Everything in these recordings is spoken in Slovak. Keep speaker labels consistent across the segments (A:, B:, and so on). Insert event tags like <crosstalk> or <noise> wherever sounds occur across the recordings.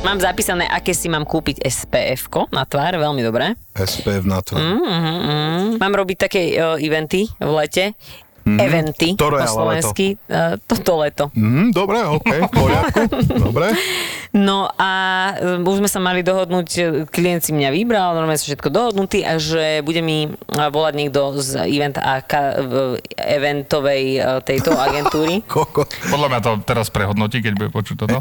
A: Mám zapísané, aké si mám kúpiť spf na tvár, veľmi dobré. Mhm,
B: SPF na to. Mm.
A: Mám robiť také uh, eventy v lete. Eventy
B: Ktoré
A: po
B: ale
A: slovensky. Uh, toto leto.
B: Mm, dobre, OK, v
A: <laughs>
B: poriadku. dobre.
A: No a um, už sme sa mali dohodnúť, eh, klient si mňa vybral, normálne sme všetko dohodnutí a že bude mi eh, volať niekto z event a ka, v- eventovej eh, tejto agentúry.
B: Koko.
C: Podľa mňa to teraz prehodnotí, keď bude počuť toto.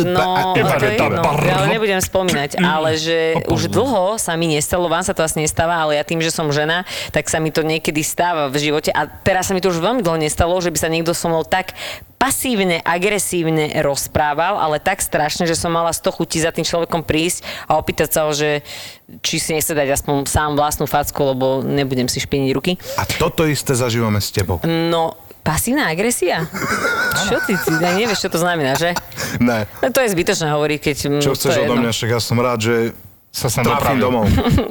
A: No,
C: Iba
A: to je
C: keď tam
A: jedno,
C: brrr.
A: ja ale nebudem spomínať,
B: Mm.
A: ale že
C: Opozor.
A: už dlho sa mi nestalo, vám sa to asi nestáva, ale ja tým, že som žena, tak sa mi to niekedy stáva v živote a teraz sa mi to už veľmi dlho nestalo, že by sa niekto so mnou tak pasívne, agresívne rozprával, ale tak strašne, že som mala 100 chutí za tým človekom prísť a opýtať sa ho, že či si nechce dať aspoň sám vlastnú facku, lebo nebudem si špiniť ruky.
B: A toto isté zažívame s tebou.
A: No, pasívna
B: <laughs>
A: agresia? Čo ty, ty ja nevieš, čo to znamená, že?
B: Ne.
A: No to je zbytočné hovoriť, keď... mm,
B: Čo
A: to je
B: chceš odo
A: jedno.
B: mňa, však ja som rád, že
C: Sa sem
B: trafím
C: dopravil.
B: domov.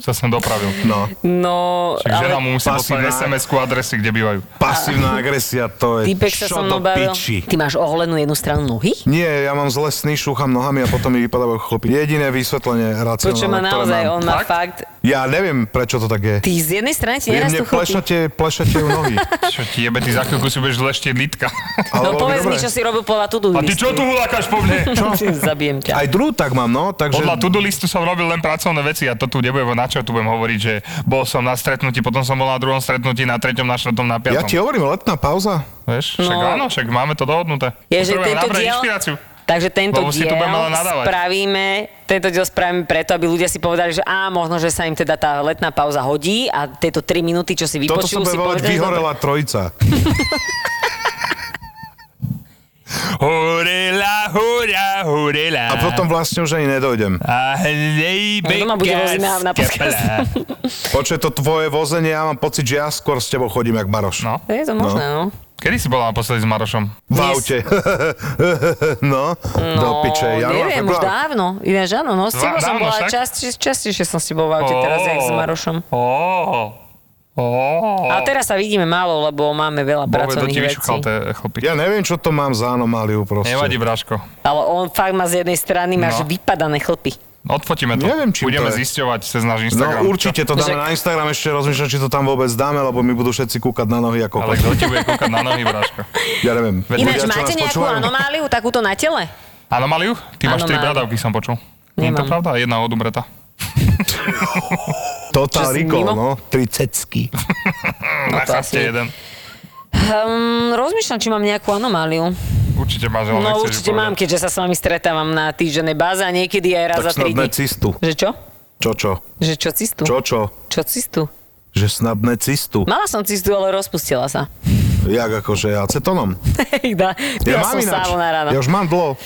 C: Sa sem dopravil.
B: No,
A: No,
C: Čiže žena mu musí poslať
B: Pasívna-
C: SMS-ku adresy, kde bývajú.
B: pasívna agresia, to je
A: Týpek sa so
B: čo do
A: mnou bavil.
B: piči.
A: Ty máš oholenú jednu stranu nohy?
B: Nie, ja mám zle sny, šúcham nohami a potom mi vypadávajú chlopy. Jediné vysvetlenie
A: To,
B: racionálne,
A: čo má
B: ktoré
A: naozaj,
B: mám.
A: on má fakt...
B: Ja neviem, prečo to tak je.
A: Ty z jednej strany ti
B: Jemne
A: nerastú chlopy.
B: plešate, plešate ju
A: <laughs>
B: nohy.
C: Čo ti jebe, ty za chvíľku si budeš leštieť lítka. <laughs>
A: No
B: Ale veľmi
A: povedz mi,
B: dobre.
A: čo si robil podľa tudu
C: A ty čo tu hulákaš po mne?
A: <laughs> Zabijem ťa.
B: Aj druhú tak mám, no, takže...
C: Podľa to-do listu som robil len pracovné veci a to tu nebudem na čo tu budem hovoriť, že bol som na stretnutí, potom som bol na druhom stretnutí, na treťom, na štvrtom, na
B: Ja
C: piatom.
B: ti hovorím, letná pauza.
C: Vieš, však
A: No.
C: áno, však máme to dohodnuté.
A: Je, že
C: Potrebujeme
A: tento
C: nabrať
A: diel...
C: inšpiráciu.
A: Takže tento
C: Lebo si tu
A: diel
C: budeme len nadávať.
A: spravíme, tento diel spravíme preto, aby ľudia si povedali, že á, možno, že sa im teda tá letná pauza hodí a tieto 3 minúty, čo si
B: Toto sa
A: vypočujú, si
B: bude volať
A: povedali, že dobre.
B: vyhorela trojica.
C: Horela, hora, horela.
B: A potom vlastne už ani nedojdem.
C: A hej,
A: No, doma bude vozená na podcast.
B: Počuje to tvoje vozenie, ja mám pocit, že ja skôr s tebou chodím jak Maroš.
C: No.
A: Je <laughs> to možné, no.
C: Kedy si bola naposledy s Marošom?
B: V
A: Dnes.
B: aute. <laughs> no, do piče. Január,
A: neviem, už
B: február.
A: dávno. Ináč áno, no s
C: Dva-
A: tebou som
C: dávno
A: bola
C: však.
A: častejšie, častejšie som s tebou v aute teraz, jak s Marošom.
C: Ó, ó,
A: A teraz sa vidíme málo, lebo máme veľa
C: Bove, to ti
A: pracovných vecí.
C: vyšukal, to je chlpy.
B: Ja neviem, čo to mám za anomáliu proste.
C: Nevadí, Braško.
A: Ale on fakt má z jednej strany, máš
C: No.
A: vypadané chlpy.
C: Odfotíme to.
B: Neviem, čím
C: Budeme
B: to je.
C: zisťovať cez náš Instagram.
B: No určite to dáme
A: Že-
B: na Instagram, ešte rozmýšľam, či to tam vôbec dáme, lebo mi budú všetci kúkať na nohy ako Ale...
C: Ale kto ti bude kúkať na nohy, Braško?
B: Ja neviem.
A: Ináč
B: Ľudia, čo
A: máte
B: nás
A: nejakú
B: počúvajú?
A: anomáliu takúto na tele?
C: Anomaliu? Ty máš tri
A: Anomáliu.
C: bradavky, som počul. Nie je to
A: Nemám.
C: pravda? Jedna odumreta.
A: Čo
B: Total
A: si
B: Recall,
A: mimo?
B: no. Tri cecky.
C: Na
A: No to
C: chraste
A: asi-
C: jeden.
A: Um, rozmýšľam, či mám nejakú anomáliu.
C: Určite máš, ale
A: No
C: nechceš
A: určite
C: ju
A: mám,
C: povedať.
A: keďže sa s vami stretávam na týždennej báze a niekedy aj raz
B: Tak
A: za No. 3
B: snad ne
A: dní.
B: cistu.
A: Že čo?
B: Čo, čo?
A: Že čo cistu?
B: Čo, čo?
A: Čo cistu?
B: Že snad ne cistu.
A: Mala som cistu, ale rozpustila sa. <laughs>
B: Jak akože acetonom.
A: Hej, dá. Ja, som sávo na ráno.
B: Ja už mám dlho.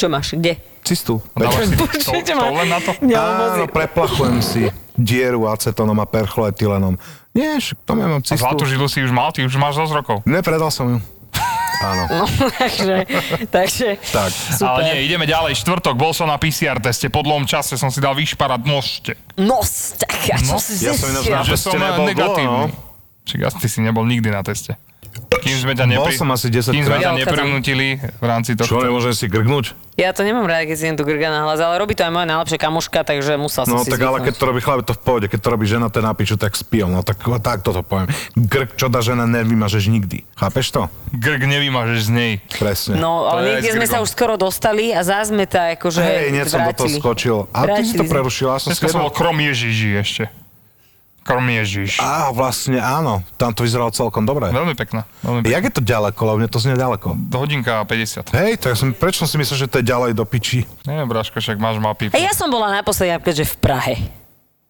A: Čo máš? Kde?
B: Cistu.
A: <laughs>
C: Dávaš si to,
A: Počujete
C: to
A: ma?
C: len na to.
A: Ja mám
B: Áno,
A: mozi-
B: preplachujem si dieru acetónom a perchloetylenom. Nie, však to mám
C: A
B: cistu.
C: Zlatú žilu si už mal, ty už máš dosť rokov.
B: Ne, predal som ju.
A: No.
B: Áno,
A: <laughs> takže, takže,
B: tak.
A: super.
C: Ale nie, ideme ďalej. Štvrtok, bol som na PCR teste, po dlhom čase som si dal vyšparať nožte.
A: Nos, tak ja som
C: Nos?
A: si
B: Ja som
A: zistil.
B: ináč na
C: Že
B: teste
C: som eh,
B: nebol dlho, no.
C: negatívny. Čiže asi ty si nebol nikdy na teste. Kým sme ťa,
B: Bol
C: nepri...
B: som asi 10
C: Kým
A: Ja
B: krát.
C: sme ťa
A: odchádzam.
C: neprinútili v rámci
B: Čo,
C: tohto.
B: nemôžem si grgnúť?
A: Ja to nemám rád, keď si tu grga na hlas, ale robí to aj moja najlepšia kamoška, takže musel som
B: No
A: si
B: tak ale keď
A: zvyknúť.
B: to robí chlap, to v pohode. Keď to robí žena, to je na piču, tak spil. No tak, tak toto poviem. Grk, čo dá žena, nevymažeš nikdy. Chápeš to?
C: Grg nevymažeš z nej.
B: Presne.
A: No,
C: To je
A: ale niekde
C: s
A: sme
C: grgom.
A: sa už skoro dostali a zás sme tá akože
B: Hej, nie som do toho
A: vrátili.
B: skočil. A ty si
A: Vrátili
B: to
A: sme.
B: prerušila, ja som si
C: Dneska som bol
B: jedno...
C: krom Ježiži ešte. Krom Ježiš.
B: Á, vlastne áno, tam to vyzeralo celkom dobre.
A: No.
C: Veľmi pekná. Veľmi pekná.
B: Jak je to ďaleko, lebo mne to znie ďaleko.
C: Hodinka a 50.
B: Hej, tak som, prečo som si myslel, že to je ďalej do piči?
C: Neviem, Braško, však máš mapy.
A: Hej, ja som bola naposledy napríklad, že v Prahe.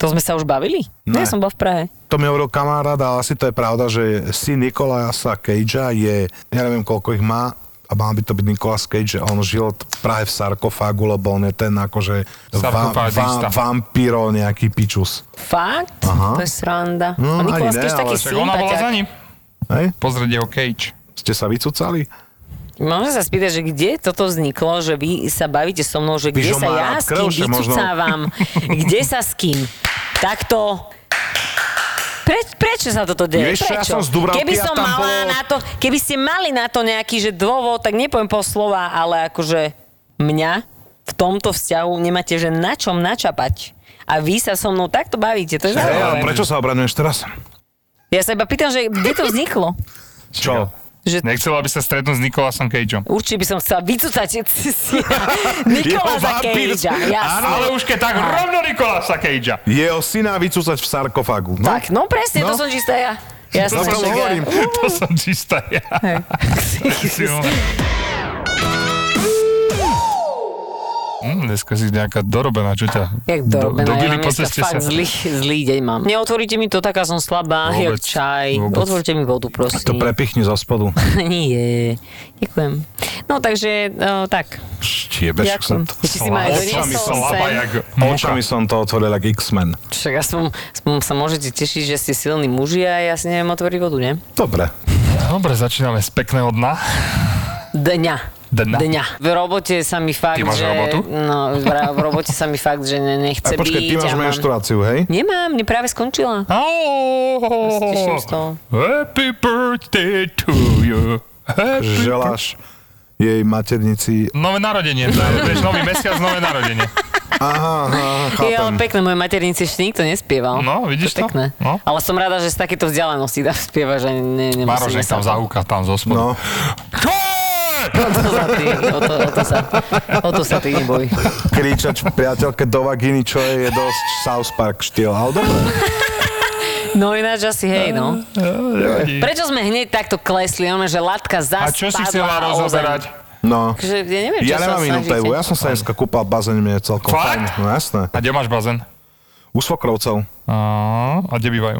A: To sme sa už bavili?
B: Ne.
A: Ja som bola v Prahe.
B: To mi hovoril kamarát, ale asi to je pravda, že syn Nikolasa Cagea je, ja neviem koľko ich má, a mal by to byť Nicolas Cage, že on žil t- práve v sarkofágu, lebo on je ten akože va- va-
C: Sarkofágista.
B: vampíro nejaký pičus.
A: Fakt?
B: Aha.
A: To je sranda.
B: No,
A: a Nikolás
B: ani ne,
A: Cage taký
B: ale
C: Však ona bola za
A: sympaťák.
C: ním.
B: Hej?
C: Pozrieť jeho cage.
B: Ste sa vycúcali?
A: Môžem sa spýtať, že kde toto vzniklo, že vy sa bavíte so mnou, že kde
B: Víš, on
A: sa
B: má
A: ja
B: rád
A: s kým
B: krvše možno.
A: vycucávam, kde sa s kým. Takto Pre, prečo sa toto deje?
B: Vieš čo, ja
A: prečo?
B: som z Dubravky
A: keby
B: a
A: som
B: tam
A: mala
B: bolo-
A: na to, keby ste mali na to nejaký že dôvod, tak nepoviem po slova, ale akože mňa v tomto vzťahu nemáte že na čom načapať. A vy sa so mnou takto bavíte, to je
B: Hej, ale
A: zaujímavé.
B: prečo sa obraňuješ teraz?
A: Ja sa iba pýtam, že kde to vzniklo?
B: Čo?
A: Že
C: Nechcela by sa stretnúť s Nikolasom Cageom.
A: Určite by som chcela vycúcať <laughs> Nikola za
B: vampír.
A: Cagea, jasne.
C: Áno, ale už keď tak rovno Nikolasa Cagea.
B: Jeho syna vycúcať v sarkofágu. No?
A: Tak, no presne, to
B: No.
A: som čistá ja. Jasné,
B: No, to
A: že-
B: hovorím.
C: To som čistá ja. Mm, dneska si nejaká dorobená, čo ťa
A: <laughs> Jak
C: do-
A: dorobená, ja
C: dobili
A: mám
C: po
A: dneska
C: ceste
A: fakt
C: sem.
A: zlý, zlý deň mám. Neotvoríte mi to, taká som slabá, jak
C: Vôbec,
A: čaj.
C: vôbec.
A: Otvorte mi vodu, prosím.
B: To prepichni zo spodu.
A: <laughs> Nie, ďakujem. No takže, no, tak,
B: Štiebeš.
A: ďakujem. Či si ma aj
C: Slabá-
A: doniesol
C: Očami
A: sem.
C: slabá, jak moča.
B: Očami som to otvoril ako X-Men.
A: Však aspoň, aspoň sa môžete tešiť, že ste silní muži a ja si neviem otvoriť vodu, ne?
B: Dobre.
C: Dobre, začíname z pekného dna.
A: Dňa.
C: Dňa.
A: Dňa. V robote sa mi fakt,
C: Ty
A: že...
C: máš robotu?
A: No, v, ra- v robote sa mi fakt, že ne, nechce
B: A počkaj,
A: byť.
B: ty máš
A: a mám-
B: menštruáciu, hej?
A: Nemám, mne práve skončila. Teším z toho.
C: Happy birthday to you. Happy...
B: Želáš jej maternici...
C: Nové narodenie, to je, vieš, nový mesiac, nové narodenie.
B: Aha, aha,
A: Je ale
B: chápem.
A: pekné, moje maternice ešte nikto nespieval.
C: No, vidíš
A: to? je
C: to?
A: Pekné.
C: No.
A: Ale som rada, že z takéto vzdialenosti dá spieva, že ne,
C: Maroš,
A: nemusíme
C: nech tam
A: <laughs>
C: zahúka, tam zo
B: No,
C: spodu. Hey!
A: O to sa ty, o to, o to sa, o to sa ty neboj.
B: kričať priateľke do vagíny, čo je, je dosť South Park štýl, ale dobre.
A: No ináč asi hej, no.
C: Nevadí.
A: Prečo sme hneď takto klesli, Normálne, že latka
C: A
A: zas
C: čo si
A: padla
C: chcela
A: a ozaj-
C: rozoberať?
B: No,
A: Že, ja neviem, čo
B: ja
A: sa
B: nemám inú
A: snažíte.
B: tému, ja som sa dneska kúpal, bazén mi je celkom
C: Fakt?
B: fajn. No jasné.
C: A kde máš bazén?
B: U svokrovcov,
C: A, a kde bývajú?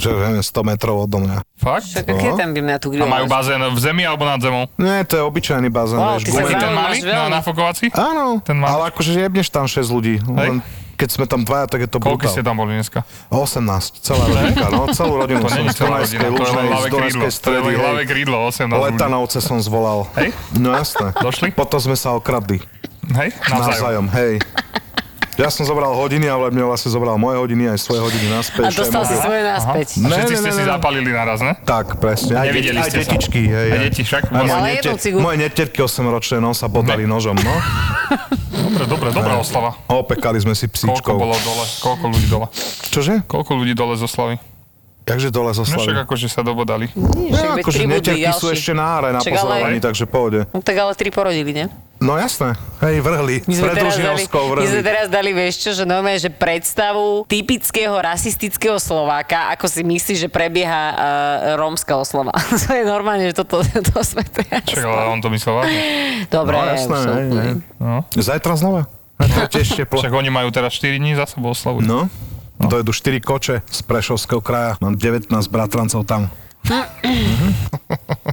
B: čo ja neviem, 100 metrov odo mňa.
C: Fakt?
A: Tak aké tam by mňa tu
C: No. A
A: grilo?
C: majú bazén v zemi alebo nad zemou?
B: Nie, to je obyčajný bazén,
A: Wow, ty
B: vieš,
A: sa
B: gumený.
A: Zaujímavé,
C: Ten malý?
A: máš veľa.
C: Na nafokovací?
B: Áno,
C: Ten má-
B: ale akože jebneš tam 6 ľudí. Len keď sme tam dvaja, tak je to
C: Koľko ste
B: brutál.
C: tam boli dneska?
B: 18, celá rodinka, no, celú rodinu
C: To
B: som
C: není
B: z
C: celá
B: Dunajskej
C: rodina, to je len
B: Lužnej,
C: ľavé
B: z
C: krídlo.
B: Dunajskej
C: To je
B: stredy,
C: len ľavé
B: hej.
C: krídlo, 18 ľudí.
B: Letanovce som zvolal.
C: Hej?
B: No jasné.
C: Došli?
B: Potom sme sa okradli.
C: Hej? Navzájom.
B: Navzájom, hej. Ja som zobral hodiny, ale mne vlastne zobral moje hodiny aj svoje hodiny
A: A
B: naspäť.
A: dostal
B: že
C: no.
A: si
B: je moje-
A: svoje naspäť.
C: A
B: Ne,
C: všetci
B: ne,
C: ste
B: ne,
C: si
B: ne.
C: zapalili naraz, ne?
B: Tak, presne. Aj, deti-
C: Nevideli
B: aj
C: ste sa.
B: detičky. Hej,
C: Aj deti však.
B: Aj moje,
A: Ale
B: nete,
A: jednou cigu-
B: moje netierky 8-ročné, no, sa bodali nožom, no.
C: Dobre, dobre, dobrá oslava.
B: A opekali sme si
C: Koľko
B: psíčkov.
C: bolo dole? Koľko ľudí dole?
B: Čože?
C: Koľko ľudí dole z oslavy?
B: Jakže dole
C: No však
B: zoslali?
C: akože sa dobodali.
A: Však
B: No,
A: veď
B: akože
A: pribudli
B: netierky sú
A: ďalší.
B: ešte na hre na
A: Čak, ale-
B: pozorovaní, takže pohode.
A: No tak ale tri porodili, ne?
B: No jasné, hej, vrhli.
A: My sme,
B: Pred
A: teraz dali,
B: Ružinovskou
A: my sme
B: vrhli.
A: teraz dali, vieš čo, že normálne, že predstavu typického rasistického Slováka, ako si myslí, že prebieha uh, rómska oslova. <laughs> to je normálne, že toto to sme teraz...
C: Čak, ale on to myslel vážne.
A: Dobre,
B: No
A: ja už
B: jasné,
A: som
B: hej,
A: úplný.
B: hej.
C: No.
B: Zajtra znova. A to je tiež teplo.
C: Však oni majú teraz 4 dní za sebou oslavu.
B: No, dojedu 4 koče z Prešovského kraja. Mám 19 bratrancov tam. Mhm.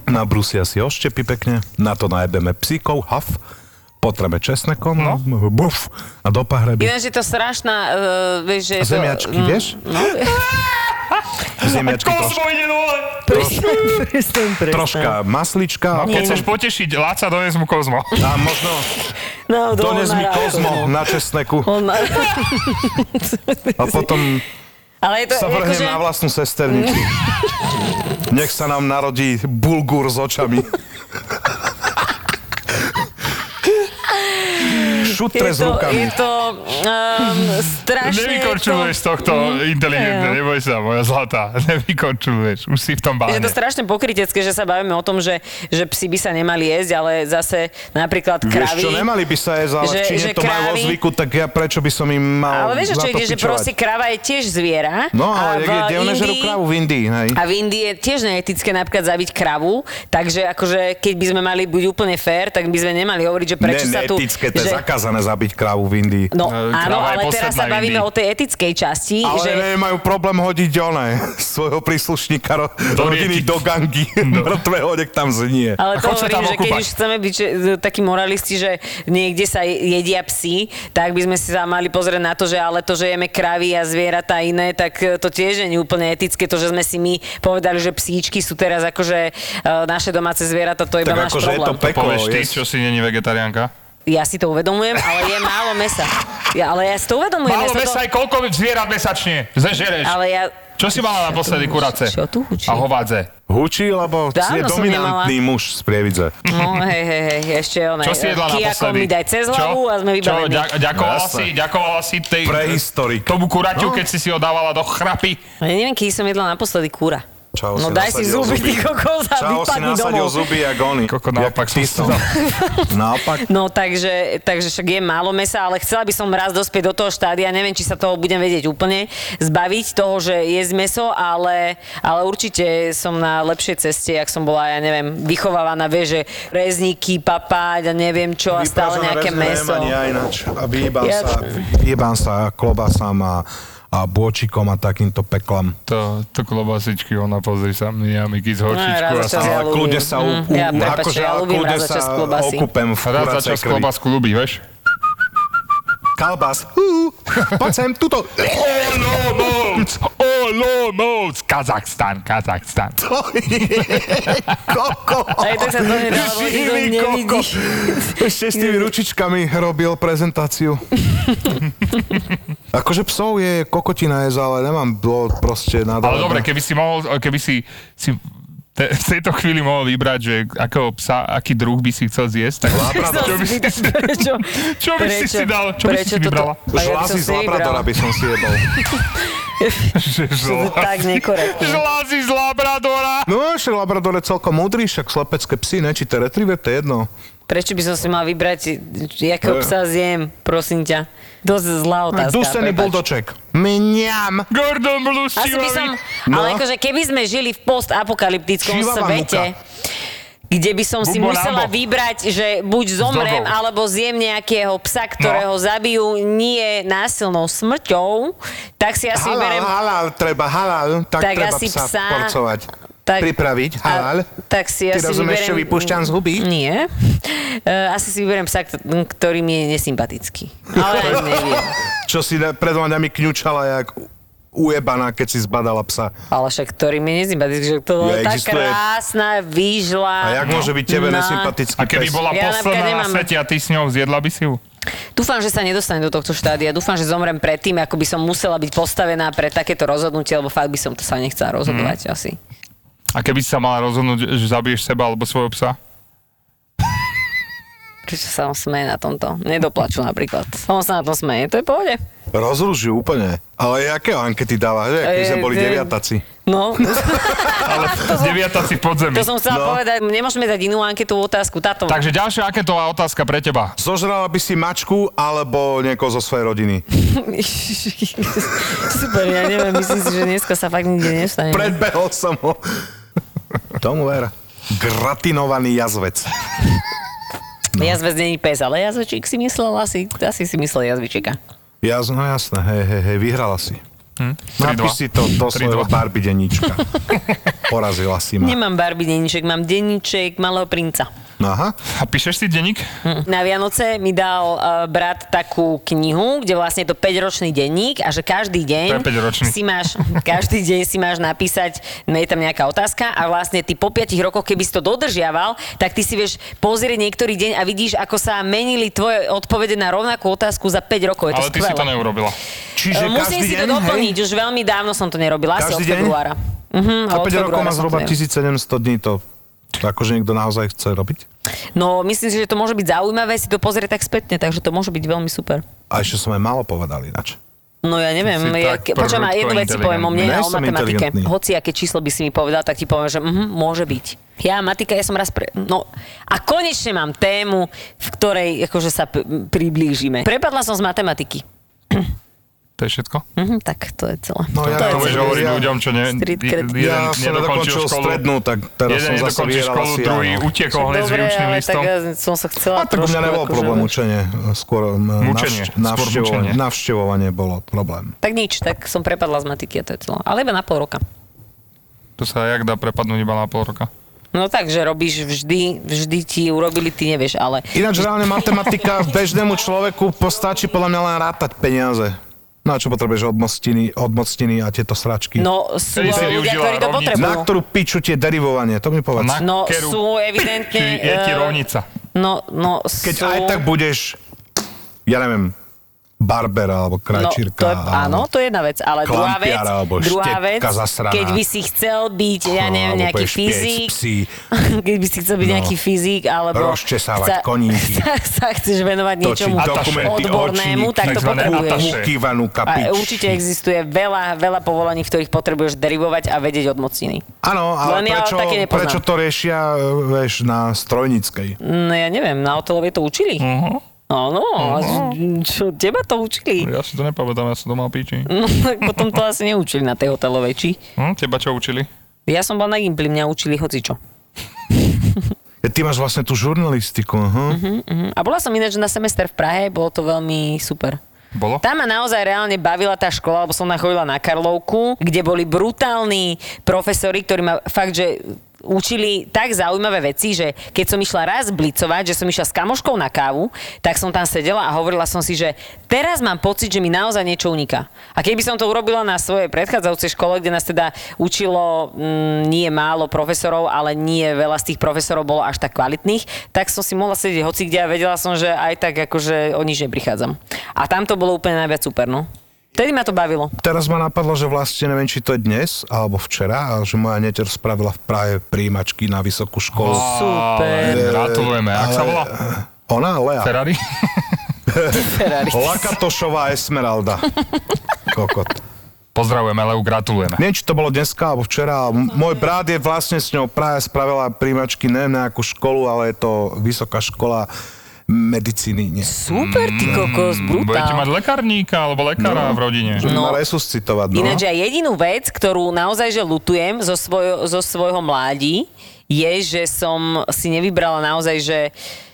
B: Nabrusia si oštepy pekne, na to najebeme psíkov, haf, potreme česnekom, no. buf, a do pahreby.
A: Ináč je to strašná, uh, vieš, že... je to-
B: Zemiačky,
A: mm,
B: vieš? <laughs>
A: No,
B: Zemiačky troš,
C: Kozmo ide dole!
B: troška maslička. a
C: No. Keď
B: potom-
C: chceš potešiť, Láca, dones mu Kozmo.
B: A možno
A: no, do-
B: dones
A: on
B: mi
A: na
B: kozmo na česneku
A: On na...
B: a potom
A: <laughs> Ale je to...
B: sa vrhnem
A: akože-
B: na vlastnú sesternicu. Nech sa nám narodí bulgur s očami. Šutre
A: je
B: s
A: to, je
B: rukami.
A: to um,
B: <laughs>
A: strašne...
C: Nevykorčuluješ
A: to-
C: tohto inteligentne, neboj sa, moja zlatá. <laughs> Nevykorčuluješ, už si v tom
A: Je
C: báne.
A: to strašne pokrytecké, že sa bavíme o tom, že, že psi by sa nemali jesť, ale zase napríklad
B: Vieš
A: kravy...
B: čo, nemali by sa jesť, ale
A: Že-
B: že, Číne
A: že
B: to majú vo
A: krávy-
B: zvyku, tak ja prečo by som im
A: Ale
B: mal
A: vieš,
B: za
A: čo
B: to
A: ide, že
B: pičovať?
A: proste kráva je tiež zviera.
B: No, ale
A: v
B: niekde, kde ona žerú
A: Indii-
B: krávu v Indii, hej.
A: A v Indii je tiež neetické napríklad zabiť kravu, takže akože keď by sme mali byť úplne fér, tak by sme nemali hovoriť, že prečo
B: Ne,
A: sa tu...
B: neetické, to
A: že,
B: je zakázané zabiť krávu v Indii.
A: No
C: E,
A: áno,
C: kráva je
A: ale teraz sa
C: posledná v
A: bavíme
C: Indii.
A: o tej etickej časti,
B: Ale
A: že...
B: že... ne, majú problém hodiť one, <laughs> svojho príslušníka ro- do
C: Do
B: rodiny
C: rieky.
B: do <laughs> gangy.
C: No.
B: Mŕtvého, nech tam znie.
A: Ale
C: A
A: to
C: chod sa tam
A: hovorím, že keď
C: okúpať.
A: už chceme byť že, e, takí moralisti, že niekde sa je- jedia psi, tak by sme si sa mali pozrieť na to, že ale to, že jeme kravy a zvieratá iné, tak e, to tiež je úplne etické. To, že sme si my povedali, že psíčky sú teraz akože e, naše domáce zvieratá, to je iba
B: Tak
A: náš
B: akože je to
A: problém.
B: peklo.
C: Povieš ty,
B: yes.
C: čo si není vegetariánka?
A: Ja si to uvedomujem, ale je málo mesa. Ja, ale ja si to uvedomujem. ja
C: Málo
A: sa
C: mesa
A: to...
C: aj koľko zvierat mesačne zežereš?
A: Ale ja...
C: Čo si mala naposledy kurace?
A: Čo tu hučí?
C: A hovadze.
B: Hučí, lebo
A: Dávno
B: je
A: som
B: dominantný muž z Prievidze.
A: No, hej, hej, hej, ešte ona.
C: Čo si jedla naposledy?
A: mi daj cez hlavu
C: čo?
A: a sme
C: Čo,
A: vybavení.
C: ďa, ďakovala,
B: Jasné.
C: si, ďakovala si tej...
B: Prehistorik.
C: Tomu kuraťu, keď si si ho dávala do chrapy.
A: Ja neviem, kedy som jedla naposledy kúra.
B: Čau,
A: no daj si zuby, ty kokos a
B: Čau si
A: vypadni
B: nasadil
A: domov.
B: zuby, jak oni.
C: Koko,
B: Jak
C: naopak
B: ty
C: som
B: si- <laughs> Naopak.
A: No takže, takže však je málo mesa, ale chcela by som raz dospieť do toho štádia, neviem, či sa toho budem vedieť úplne zbaviť, toho, že je z meso, ale, ale určite som na lepšej ceste, ak som bola, ja neviem, vychovávaná, vieš, že rezníky, papáť a neviem čo a stále
B: Vypražené
A: nejaké
B: rezine
A: meso.
B: nemá, nie, aj ináč. A vyhýbam
A: Ja-
B: sa, vyhýbam sa klobasám a, a bôčikom a takýmto peklam.
C: To, to klobasičky, ona pozri sa, mňa mi kis horčičku.
A: No, raz za
C: a
A: čas
C: sa-
A: ja
B: Ale
A: ľúbim.
B: kľude sa u,
A: Mm,
B: u,
A: ja, prepačte,
B: akože,
A: ja
B: ale
A: ľúbim
B: kľude
A: raz za
B: sa
A: čas klobasy.
B: okúpem v
C: Raz za
B: kuracej
C: čas
B: krvi.
C: klobasku ľubí, vieš?
B: Kalbas, hú, <laughs> poď sem, tuto. <laughs>
C: Olomouc! Olomouc! Kazachstan, Kazachstan.
B: To je koko.
A: Aj tak sa to nedá,
C: <laughs>
A: lebo nikto
B: Živý
A: nevidí.
B: koko. Ešte s tými ručičkami robil
A: <laughs>
B: prezentáciu. Akože psov je kokotina je, ale nemám bolo proste na
C: Ale dobre, keby si mohol, keby si, si te, v tejto chvíli mohol vybrať, že akého psa, aký druh by si chcel zjesť, tak
A: Chcel
C: čo
A: si
C: by si,
A: pýtať, prečo,
C: čo by si si dal, čo by si
A: prečo
C: si
A: toto-
C: vybrala?
A: A ja
B: Už
A: by som
B: hlasy
A: si
B: z Labradora
A: vybrala.
B: by som si jebol.
C: že
A: tak
C: <laughs>
A: nekorektné.
C: Žlázy z Labradora.
B: No však Labrador je celkom múdry, však slepecké psy, ne? Či to je retriever, to je jedno.
A: Prečo by som si mal vybrať,
B: No.
A: jakého psa zjem, prosím ťa. Dosť zlá otázka.
B: Dusený
A: prepač.
B: buldoček. Mňam.
C: Gordon
A: Asi by som,
C: Blušilovi.
B: No.
A: ale akože keby sme žili v postapokalyptickom
B: Chihuahua
A: svete, kde by som si
C: Bumbo
A: musela
C: Rambo.
A: vybrať, že buď zomrem,
C: dogou.
A: alebo zjem nejakého psa, ktorého
B: No.
A: zabijú nie násilnou smrťou, tak si asi
B: Halal,
A: vyberiem...
B: halal, treba halal, tak,
A: Tak
B: treba
A: asi
B: psa,
A: psa-
B: porcovať. pripraviť, halal.
A: A, tak si
B: Ty
A: asi
B: rozumieš,
A: vyberiem...
B: čo vypúšťam z huby?
A: Nie. <laughs> Uh, asi si vyberiem psa, kto- ktorý mi je
B: <laughs>
A: nesympatický. Ale ja neviem.
B: Čo si na- pred vami kňučala, jak u- ujebaná, keď si zbadala psa.
A: Ale však ktorý mi je nesympatický, že to bola
B: Ja,
A: tá
B: existuje.
A: krásna, výžla.
B: A jak môže byť
A: No.
B: tebe nesympatický
C: A keby
B: pes?
C: bola
A: Ja napríklad
C: posledná na
A: nemám-
C: svete a ty s ňou zjedla by si ju?
A: Dúfam, že sa nedostane do tohto štádia. Dúfam, že zomrem predtým, ako by som musela byť postavená pre takéto rozhodnutie, lebo fakt by som to sa
B: Mhm.
A: nechcela rozhodovať asi.
C: A keby si sa mala rozhodnúť, že zabiješ seba alebo svojho psa?
A: Prečo sa on smeje na tomto? Nedoplaču napríklad. On sa na tom smeje, to je v pohode.
B: Rozruží úplne. Ale akého ankety dáva, že? Keď sme
A: E,
B: boli
A: e,
B: deviataci. <laughs>
A: No,
C: Ale deviataci v podzemí.
A: to som chcela
B: No.
A: povedať. Nemôžeme dať inú anketu otázku. Táto. <laughs>
C: Takže ďalšia aketová otázka pre teba.
B: Zožrala by si mačku alebo niekoho zo svojej
A: <laughs>
B: rodiny.
A: Super, ja neviem, myslím si, že dneska sa fakt nikde nestane.
B: Predbehol som ho. <laughs> Tomu ver. Gratinovaný jazvec.
C: No.
A: Jazvec není pes, ale jazvečík si myslel asi, asi si myslel jazvičika.
B: Jaz, no jasné, hej, hej, hej, vyhrala si.
C: Tri, dva.
B: Napíš si to do
C: Hm? Tri,
B: svojho
C: dva.
B: Barbie
C: <laughs>
B: denníčka. Porazila si
C: No.
B: ma.
A: Nemám Barbie denníček, mám denníček malého princa. Hm.
B: No Aha.
C: A píšeš si denník?
A: Na Vianoce mi dal uh, brat takú knihu, kde vlastne je to 5-ročný denník a že každý deň
C: To je 5-ročný.
A: si máš, každý deň si máš napísať, no je tam nejaká otázka a vlastne ty po 5 rokoch, keby si to dodržiaval, tak ty si vieš pozrieť niektorý deň a vidíš, ako sa menili tvoje odpovede na rovnakú otázku za 5 rokov. Je to
C: Ale ty si
A: skvelé.
C: to neurobila.
B: Čiže
A: E, Musím
B: každý
A: si
B: deň,
A: to doplniť, už veľmi dávno som to nerobila, asi
B: Každý
A: od
B: deň?
A: februára. Mhm,
B: Za
A: od
B: 5 rokov
A: februára
B: má
A: som to
B: zhruba
A: nerobila.
B: 1700 dní to akože niekto naozaj chce robiť.
A: No, myslím si, že to môže byť zaujímavé si to pozrieť tak spätne, takže to môže byť veľmi super.
B: A ešte som aj málo povedal ináč.
A: No ja neviem,
C: Si
A: ja,
C: tak
A: počujem, a jednu vec si poviem o mne a
B: inteligentný. Ne
A: o
B: som
A: matematike.
B: inteligentný.
A: Hoci aké číslo by si mi povedal, tak ti poviem, že mm, môže byť. Ja matika, ja som raz pre... No a konečne mám tému, v ktorej akože sa p- priblížime. Prepadla som z matematiky.
C: To je všetko?
A: Mhm, tak to je celé.
B: No ja
A: to
C: To
B: to
C: budeš
B: ja-
C: hovoriť ľuďom, čo ne,
A: street
C: i-
A: cred.
C: jeden
B: Ja som
C: nedokončil
B: nedokončil
C: školu,
B: strednú, tak teraz
C: jeden
B: som zase
C: nedokončil
B: vyhral
C: školu,
B: asi
C: druhý
B: áno.
C: utekol hneď s
A: Dobre,
C: výučným
A: ale tak eh,
C: listom.
A: ja som sa chcela
B: A tak u mňa
A: trošku
B: nebol
A: akože-
B: problém učenie, e, skôr m,
C: Mučenie,
B: navš-
C: skôr
B: navštevovanie,
C: mučenie.
B: navštevovanie bolo problém.
A: Tak nič, tak som prepadla z matiky a to je celé. Ale iba na pol roka.
C: To sa jak dá prepadnúť iba na pol roka.
A: No tak, že robíš vždy, vždy ti urobili, ty nevieš, ale...
B: Ináč reálne matematika bežnému človeku postačí podľa mňa len rátať peniaze. No a čo potrebuješ od mostiny, od mostiny a tieto sračky?
A: No sú
C: Kedy si
A: ale ľudia, ktorí to
C: využila rovnicu?
B: Na
A: potrebujú.
B: ktorú piču tie derivovanie, to mi povedz.
C: Na-
A: No
C: Keru.
A: sú evidentne...
C: Či je ti
A: eh,
C: rovnica.
A: No, no sú...
B: Keď aj tak budeš, ja neviem, barber alebo
A: No, to
B: krajčírka.
A: je, áno, to je jedna vec, ale druhá vec,
B: Klampiara alebo
A: druhá
B: štepka
A: vec
B: zasraná.
A: keď by si chcel byť, ja neviem,
B: Alebo
A: nejaký
B: budeš piecť
A: fyzik,
B: psi.
A: <laughs> keď by si chcel byť
B: No.
A: nejaký fyzik, alebo
B: Rozčesávať koníky.
A: sa, <laughs> sa chceš venovať niečomu
C: Točiť dokumenty,
A: odbornému,
C: oči,
A: tak to
C: takzvané
A: potrebuješ.
C: ataše.
B: Ukývanú
A: A
B: kapič.
A: určite existuje veľa, veľa povolaní, v ktorých potrebuješ derivovať a vedieť od mociny.
B: Áno, ale
A: Len No, ja
B: prečo,
A: také nepoznám.
B: prečo to riešia, vieš, na strojnickej?
A: No ja neviem, na hotelovej to učili.
C: Uh-huh.
A: Áno, a z- čo, teba to učili? <laughs>
C: Ja si to nepamätám, ja som to mal píči.
A: No tak potom to asi neučili na tej hotelovej, či?
C: Hm? Teba čo učili?
A: Ja som bol na Gimply, mňa učili hocičo.
B: Ja, Ty máš vlastne tú žurnalistiku, aha.
A: Mhm. A bola som ináč na semester v Prahe, bolo to veľmi super.
C: Bolo?
A: Tam ma naozaj reálne bavila tá škola, lebo som nachodila na Karlovku, kde boli brutálni profesori, ktorí ma fakt, že učili tak zaujímavé veci, že keď som išla raz blicovať, že som išla s kamoškou na kávu, tak som tam sedela a hovorila som si, že teraz mám pocit, že mi naozaj niečo uniká. A keby som to urobila na svojej predchádzajúcej škole, kde nás teda učilo mm, nie málo profesorov, ale nie veľa z tých profesorov bolo až tak kvalitných, tak som si mohla sedieť hoci kde a vedela som, že aj tak akože o nič neprichádzam. A tam to bolo úplne najviac super, no. Vtedy ma to bavilo.
B: Teraz ma napadlo, že vlastne neviem, či to je dnes alebo včera, ale že moja neter spravila v Prahe príjimačky na vysokú školu.
A: Super.
C: Ale Gratulujeme. Ak sa
B: Ale-
C: volá?
B: Ona, Lea.
C: Ferrari? <laughs>
A: Ferrari.
B: Lakatošová Esmeralda.
A: <laughs>
B: Kokot.
C: Pozdravujeme, Leu, gratulujeme.
B: Neviem, či to bolo dneska alebo včera. ale m- Môj brat je vlastne s ňou práve spravila príjmačky, ne nejakú školu, ale je to vysoká škola medicíny. Nie.
A: Super, ty kokos,
C: Mm, Budete Hm, mať
A: brutál.
C: lekárníka alebo lekára v rodine.
B: Že
A: No.
B: no. resuscitovať. No.
A: Ináč, ja jedinú vec, ktorú naozaj, že lutujem zo, svoj, zo svojho mládi, je, že som si nevybrala naozaj, že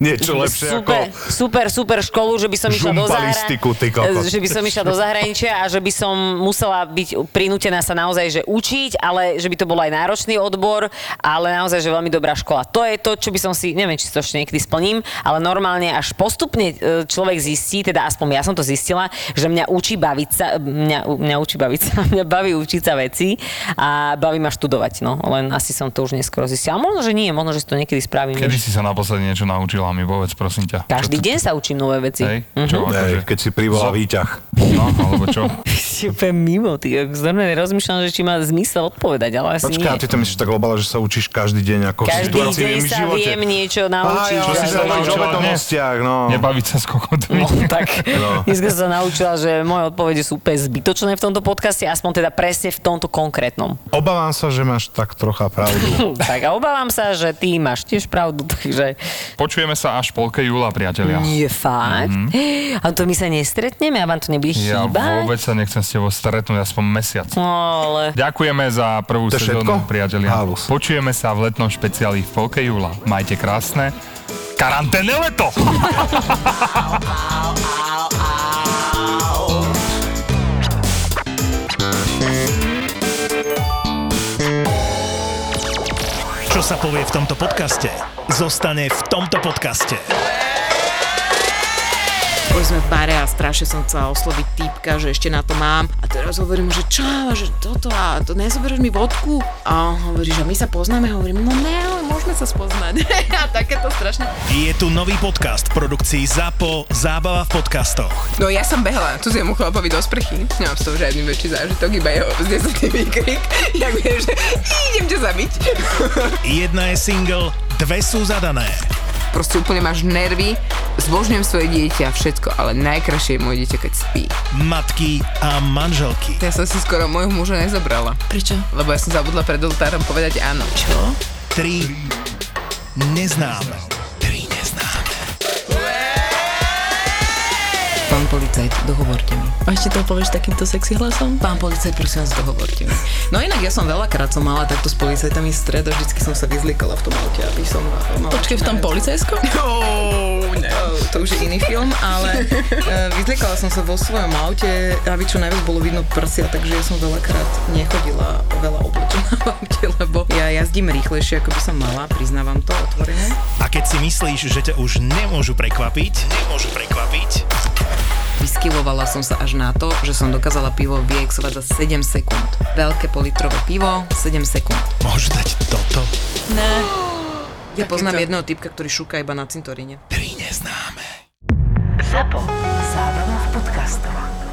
B: Niečo lepšie
A: super,
B: ako-
A: super, super školu, že by som išla do
B: Žumpalistiku, ty kokos.
A: že by som išla do zahraničia a že by som musela byť prinútená sa naozaj, že učiť, ale že by to bol aj náročný odbor, ale naozaj, že veľmi dobrá škola. To je to, čo by som si, neviem, či to ešte niekedy splním, ale normálne až postupne e, človek zistí, teda aspoň ja som to zistila, že mňa učí baviť sa, mňa, mňa učí baviť sa, <laughs> mňa baví učiť sa veci a baví ma študovať, no. Len asi som to už neskoro zistila. Ale možno, že nie, možno, že si to niekedy spravím.
C: Kedy
A: vieš.
C: si sa naposledy niečo naučila mi, povedz, prosím ťa. Čo
A: Každý Mhm.
C: ty-
A: deň sa učím nové veci.
C: Hej, čo, akože?
B: Hej, keď si privolá
C: Zo-
B: výťah.
C: No, alebo čo?
A: Si úplne mimo, ty. Ja Normálne rozmýšľam, že či má zmysel odpovedať, ale asi
B: Počkaj, a
A: nie.
B: ty to myslíš tak globálne, že sa učíš každý deň ako
A: Každý
B: v
A: deň
B: situácii v
A: sa
B: živote.
A: viem niečo naučiť. že
B: Aha, ja
C: si
B: si
A: aj
B: sa
C: sa
A: som-
B: naučil o
C: naučila
B: vedomostiach, no.
C: Nebaviť sa s kokotmi.
A: No, tak
B: No.
A: dneska som sa naučila, že moje odpovede sú úplne zbytočné v tomto podcaste, aspoň teda presne v tomto konkrétnom.
B: Obávam sa, že máš tak trocha
A: Hm,
B: pravdu.
A: tak a obávam sa, že ty máš tiež pravdu, takže
C: Počujeme sa až v polke júla, priatelia.
A: nie fakt. A to my sa nestretneme a vám to nebude
C: Ja
A: chýbať?
C: vôbec sa nechcem s tebou stretnúť aspoň mesiac.
A: No, ale...
C: Ďakujeme za prvú
B: To je
C: sezónu,
B: všetko?
C: priatelia.
B: Halus.
C: Počujeme sa v letnom špeciáli v polke júla. Majte krásne karanténne leto! <laughs>
D: Čo sa povie v tomto podcaste, zostane v tomto podcaste.
E: Boli sme v bare a strašne som chcela osloviť týpka, že ešte na to mám. A teraz hovorím, že čo, že toto a to nezoberieš mi vodku? A on hovorí, že my sa poznáme. Hovorím, no ne, ale môžeme sa spoznať. <laughs> a takéto strašne.
D: Je tu nový podcast v produkcii ZAPO Zábava v podcastoch.
F: No ja som behla cudziemu chlapovi do sprchy. Nemám s toho žiadny väčší zážitok, iba jeho vznesený výkrik. Ja viem, že idem ťa zabiť.
D: Jedna je single, dve sú zadané.
F: Proste úplne máš nervy. Zbožňujem svoje dieťa, všetko, ale najkrajšie je moje dieťa, keď spí.
D: Matky a manželky.
F: Ja som si skoro môjho muža nezobrala,
E: Prečo?
F: lebo ja som zabudla pred oltárom povedať áno. Čo?
D: Tri neznáme. Tri neznáme.
E: Pán policajt, dohovorte mi. A ešte to povieš takýmto sexy hlasom? Pán policajt, prosím vás, dohovorte mi. No inak ja som veľakrát som mala takto s policajtami stred a vždycky som sa vyzlikala v tom aute, aby som mala... No,
G: Počkej, v tom
E: <laughs>
G: policajskom?
F: Oh, ne.
E: to už je iný film, ale e, vyzlikala som sa vo svojom aute, aby čo najviac bolo vidno prsia, takže ja som veľakrát nechodila veľa oblečená v aute, lebo ja jazdím rýchlejšie, ako by som mala, priznávam to otvorene.
H: A keď si myslíš, že ťa už nemôžu prekvapiť, nemôžu prekvapiť,
E: Vyskylovala som sa až na to, že som dokázala pivo vyexovať za 7 sekúnd. Veľké politrové pivo, 7 sekúnd.
H: môžu dať toto.
E: Ja poznám jedného typka, ktorý šúka iba na cintoríne.
H: Tri neznáme.
I: Zapo. Zábrná v podcastovách.